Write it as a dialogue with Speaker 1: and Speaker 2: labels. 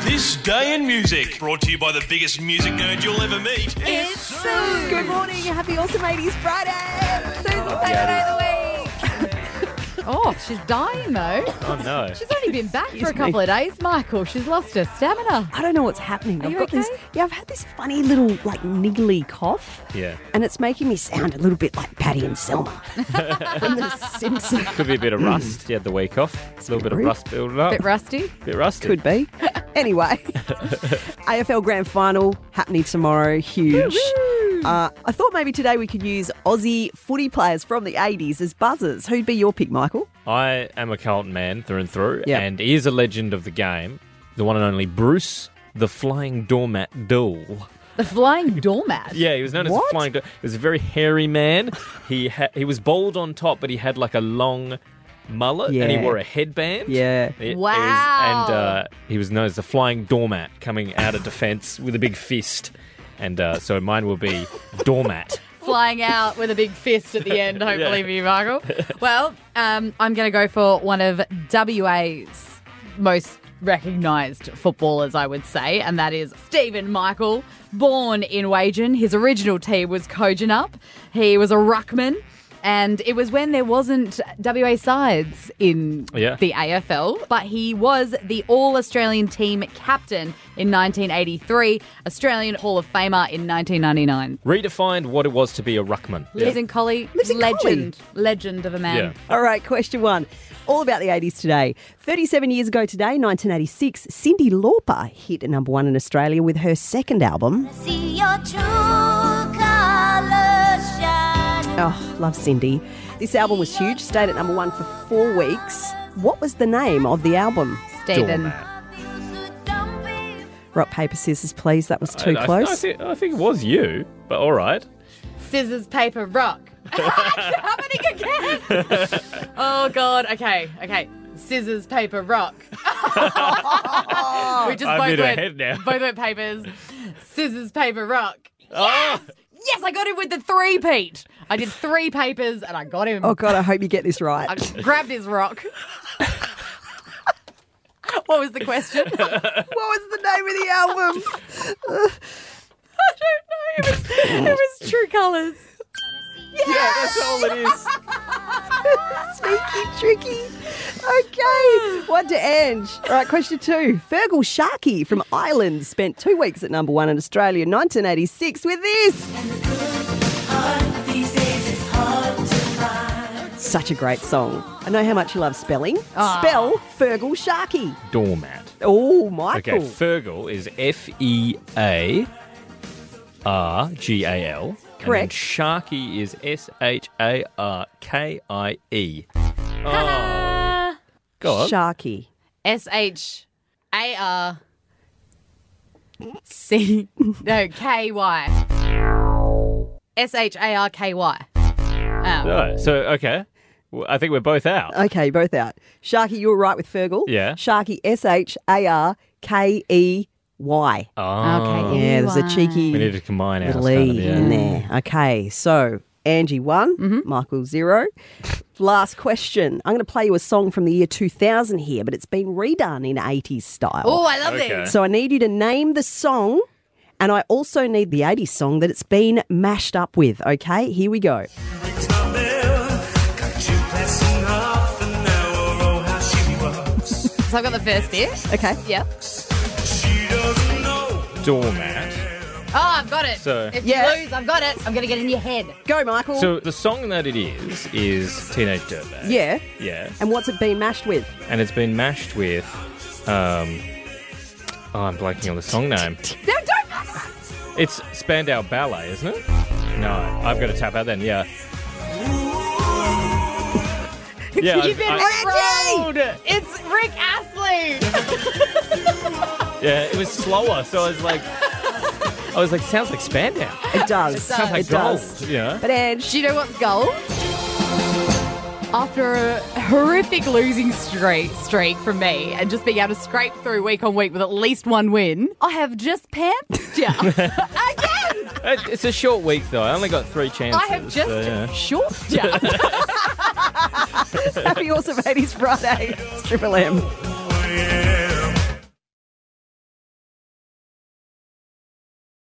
Speaker 1: This Day in Music, brought to you by the biggest music nerd you'll ever meet.
Speaker 2: It's Sue. Good morning. Happy Awesome 80s Friday. Sue's the favorite day of the week.
Speaker 3: Oh, she's dying though.
Speaker 4: Oh no.
Speaker 3: She's only been back for a couple of days, Michael. She's lost her stamina.
Speaker 2: I don't know what's happening. I've
Speaker 3: you
Speaker 2: got this.
Speaker 3: okay?
Speaker 2: Yeah, I've had this funny little like niggly cough.
Speaker 4: Yeah.
Speaker 2: And it's making me sound a little bit like Patty and Selma from The Simpsons.
Speaker 4: Could be a bit of rust. You had the week off. A little bit of
Speaker 2: rude.
Speaker 4: rust building up.
Speaker 3: Bit rusty.
Speaker 4: Bit rusty.
Speaker 2: Could be. Anyway, AFL Grand Final happening tomorrow. Huge. Uh, I thought maybe today we could use Aussie footy players from the 80s as buzzers. Who'd be your pick, Michael?
Speaker 4: I am a Carlton man through and through,
Speaker 2: Yeah.
Speaker 4: and he is a legend of the game. The one and only Bruce, the flying doormat duel.
Speaker 3: The flying doormat.
Speaker 4: Yeah, he was known as
Speaker 2: What?
Speaker 4: the flying doormat. He was a very hairy man. he ha- he was bald on top, but he had like a long mullet, and he
Speaker 2: Yeah.
Speaker 4: wore a headband.
Speaker 2: Yeah.
Speaker 4: It- it was-
Speaker 3: Wow.
Speaker 4: and uh, he was known as the flying doormat, coming out of defence with a big fist. And uh, so mine will be doormat.
Speaker 3: Flying out with a big fist at the end, hopefully
Speaker 4: Yeah.
Speaker 3: for you, Michael. Well, um, I'm going to go for one of WA's most recognised footballers, I would say, and that is Stephen Michael, born in Wagen. His original team was Cogen Up. He was a ruckman. And it was when there wasn't WA sides in
Speaker 4: Yeah.
Speaker 3: the AFL, but he was the All Australian team captain in 1983, Australian Hall of Famer in 1999.
Speaker 4: Redefined what it was to be a ruckman.
Speaker 3: Lives in Collie.
Speaker 2: Lives in
Speaker 3: legend. Legend of a man.
Speaker 4: Yeah.
Speaker 2: All right, question one. All about the 80s today. 37 years ago today, 1986, Cindy Lauper hit at number one in Australia with her second album.
Speaker 5: See your true colors shine.
Speaker 2: Oh, love Cindy. This album was huge, stayed at number one for four weeks. What was the name of the album?
Speaker 3: Stephen.
Speaker 4: Doormat.
Speaker 5: So don't be
Speaker 2: Rock, paper, scissors, please. That was too
Speaker 4: I- I- I,
Speaker 2: close.
Speaker 4: think, I think it was you, but all right.
Speaker 3: Scissors, paper, rock. it's happening again. oh, God. Okay. Okay. Scissors, paper, rock. we just
Speaker 4: I'm
Speaker 3: both
Speaker 4: in her
Speaker 3: went,
Speaker 4: head now.
Speaker 3: both went papers. Scissors, paper, rock.
Speaker 4: Ah!
Speaker 3: Yes, I got him with the three, Pete. I did three papers and I got him.
Speaker 2: oh, God, I hope you get this right.
Speaker 3: I grabbed his rock. what was the question?
Speaker 2: what was the name of the album?
Speaker 3: it was true colours.
Speaker 4: Yeah, that's all it is.
Speaker 2: Sneaky, tricky. Okay, one to Ange. All right, question two. Fergal Sharkey from Ireland spent two weeks at number one in Australia, 1986, with this. Such a great song. I know how much you love spelling. Spell Fergal Sharkey.
Speaker 4: Doormat.
Speaker 2: Oh,
Speaker 4: Okay,
Speaker 2: Michael.
Speaker 4: Fergal is F E A R G A L. And then
Speaker 2: Correct.
Speaker 4: Sharky is S H A R K I E. Oh, God.
Speaker 2: Sharkey.
Speaker 3: S H A R C no K Y S H A R K Y. Um, Oh.
Speaker 4: No, so, okay. Well, I think we're both out.
Speaker 2: Okay, both out. Sharkey, you were right with Fergal.
Speaker 4: Yeah.
Speaker 2: Sharkey, S H A R K E Y.
Speaker 4: Ah,
Speaker 3: Okay.
Speaker 2: Yeah, there's a cheeky.
Speaker 4: We need to combine our
Speaker 2: little
Speaker 4: stuff.
Speaker 2: E in
Speaker 4: Yeah.
Speaker 2: there. Okay, so Angie one, Michael zero. Last question. I'm going to play you a song from the year 2000 here, but it's been redone in 80s style.
Speaker 3: Oh, I love
Speaker 4: Okay.
Speaker 3: this.
Speaker 2: So I need you to name the song, and I also need the 80s song that it's been mashed up with. Okay, here we go.
Speaker 6: Rings my bell. Got you passing off an hour. Oh, how she rocks.
Speaker 3: So I've got the first bit.
Speaker 2: Okay.
Speaker 3: Yep.
Speaker 6: she doesn't know.
Speaker 4: Doormat.
Speaker 3: Oh, I've got it.
Speaker 4: So-
Speaker 3: if
Speaker 2: Yeah.
Speaker 3: you lose, I've got it. I'm gonna get in your head.
Speaker 2: Go, Michael.
Speaker 4: So, the song that it is is Teenage Dirtbag.
Speaker 2: yeah.
Speaker 4: Yeah.
Speaker 2: And what's it been mashed with?
Speaker 4: and it's been mashed with. Um, oh, I'm blanking on the song name.
Speaker 3: No, don't.
Speaker 4: It's Spandau Ballet, isn't it? No, I've got to tap out then. Yeah. Yeah,
Speaker 3: You've been
Speaker 4: I-
Speaker 3: rolled. It's Rick Astley.
Speaker 4: yeah, it was slower, so I was like, I was like, sounds like Spandau.
Speaker 2: It does. It
Speaker 3: Uh,
Speaker 4: Sounds like gold. Yeah.
Speaker 2: But Ange,
Speaker 3: Do you know what's gold? After a horrific losing streak, streak from me and just being able to scrape through week on week with at least one win, I have just pantsed you. Again!
Speaker 4: It- It's a short week though. I only got three chances.
Speaker 3: I have
Speaker 4: so, yeah.
Speaker 3: just shorted you.
Speaker 2: happy awesome 80s Friday. It's Triple M.
Speaker 6: Oh, yeah.